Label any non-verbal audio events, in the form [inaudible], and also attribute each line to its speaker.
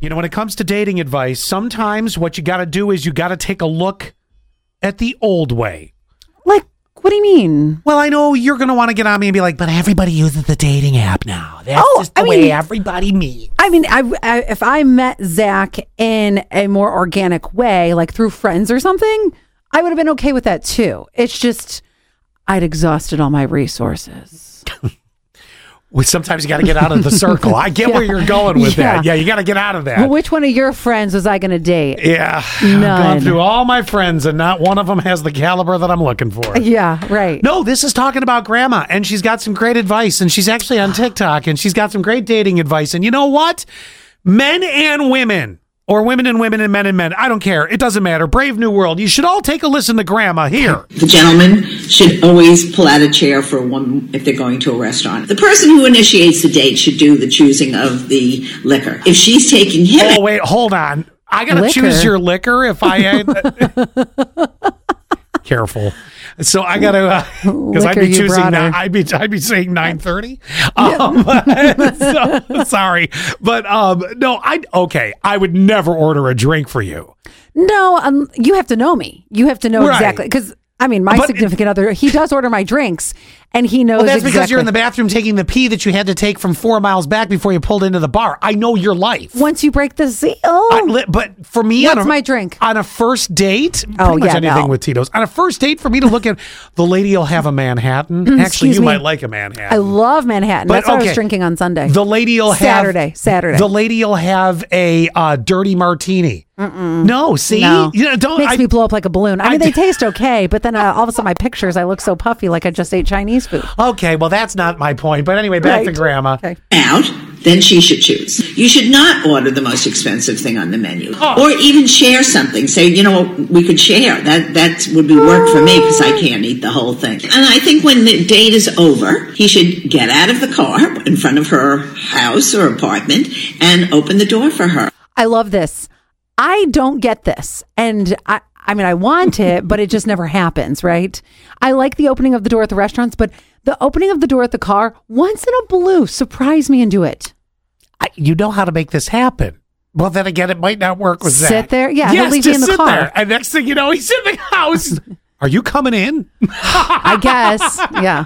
Speaker 1: You know, when it comes to dating advice, sometimes what you got to do is you got to take a look at the old way.
Speaker 2: Like, what do you mean?
Speaker 1: Well, I know you're going to want to get on me and be like, but everybody uses the dating app now. That's
Speaker 2: Oh,
Speaker 1: just the
Speaker 2: I
Speaker 1: way
Speaker 2: mean-
Speaker 1: everybody meets.
Speaker 2: I mean, I, I if I met Zach in a more organic way, like through friends or something, I would have been okay with that too. It's just I'd exhausted all my resources.
Speaker 1: Well, sometimes you got to get out of the circle. I
Speaker 2: [laughs]
Speaker 1: get where you're going with that. Yeah,
Speaker 2: Yeah.
Speaker 1: you got to get out of that.
Speaker 2: Well, which one of your friends was I going to date?
Speaker 1: yeah, I've gone
Speaker 2: None.
Speaker 1: through all my friends, and not one of them has the caliber that I'm looking for.
Speaker 2: Yeah, right.
Speaker 1: No, this is talking about grandma, and she's got some great advice, and she's actually on TikTok, and she's got some great dating advice. And you know what? Men and women, or women and women and men and men, I don't care. It doesn't matter. Brave New World. You should all take a listen to grandma here.
Speaker 3: The gentleman should always pull out a chair for a woman if they're going to a restaurant. The person who initiates the date should do the choosing of the liquor. If she's taking him
Speaker 1: Oh, wait, hold on. I got to
Speaker 2: Liquor?
Speaker 1: choose your liquor if I.
Speaker 2: [laughs]
Speaker 1: Careful. So I got to, because I'd
Speaker 2: Liquor
Speaker 1: be
Speaker 2: you
Speaker 1: choosing,
Speaker 2: brought
Speaker 1: ni-
Speaker 2: her.
Speaker 1: I'd be, I'd be saying 930. Um, [laughs] so, sorry. But um, no, I, okay. I would never order a drink for you.
Speaker 2: No, um, you have to know me. You have to know
Speaker 1: Right.
Speaker 2: exactly because I mean, my
Speaker 1: But-
Speaker 2: significant other, he does order my drinks, and he knows.
Speaker 1: Well, that's because you're in the
Speaker 2: exactly-
Speaker 1: bathroom taking the pee that you had to take from four miles back before you pulled into the bar. I know your life.
Speaker 2: Once you break the seal,
Speaker 1: I li- but for me,
Speaker 2: Oh. What's
Speaker 1: on a,
Speaker 2: my drink?
Speaker 1: on a first date?
Speaker 2: Oh,
Speaker 1: pretty much
Speaker 2: yeah,
Speaker 1: anything
Speaker 2: no.
Speaker 1: with Tito's. On a first date, for me to look at the lady will have a Manhattan. Actually,
Speaker 2: Mm, excuse
Speaker 1: you
Speaker 2: me.
Speaker 1: might like a Manhattan.
Speaker 2: I love Manhattan.
Speaker 1: But,
Speaker 2: that's what I
Speaker 1: okay.
Speaker 2: was drinking on Sunday.
Speaker 1: the lady'll have
Speaker 2: Saturday, Saturday.
Speaker 1: The lady'll have a uh, dirty martini. No, see,
Speaker 2: No.
Speaker 1: you know, don't
Speaker 2: makes
Speaker 1: I-
Speaker 2: me blow up like a balloon. I, mean,
Speaker 1: I-
Speaker 2: they taste okay, but then uh, all of a sudden, my pictures, I look so puffy, like I just ate Chinese food.
Speaker 1: Okay, well, that's not my point. But anyway, back to
Speaker 2: Right.
Speaker 1: Grandma.
Speaker 2: Okay.
Speaker 3: out, then she should choose. You should not order the most expensive thing on the menu,
Speaker 1: Oh.
Speaker 3: or even share something. Say, you know, we could share. That that would be work for me because I can't eat the whole thing. And I think when the date is over, he should get out of the car in front of her house or apartment and open the door for her.
Speaker 2: I love this. I don't get this, and I. I mean, I want it, but it just never happens, right? I like the opening of the door at the restaurants, but the opening of the door at the car, once in a blue, surprise me and do it.
Speaker 1: I, you know how to make this happen. Well, then again, it might not work with
Speaker 2: Sit
Speaker 1: Zach.
Speaker 2: there? Yeah, he'll
Speaker 1: yes,
Speaker 2: leave you
Speaker 1: just
Speaker 2: in the
Speaker 1: sit
Speaker 2: car.
Speaker 1: there. And
Speaker 2: [laughs]
Speaker 1: next thing you know, he's in the house. Are you coming in? [laughs]
Speaker 2: I guess. Yeah.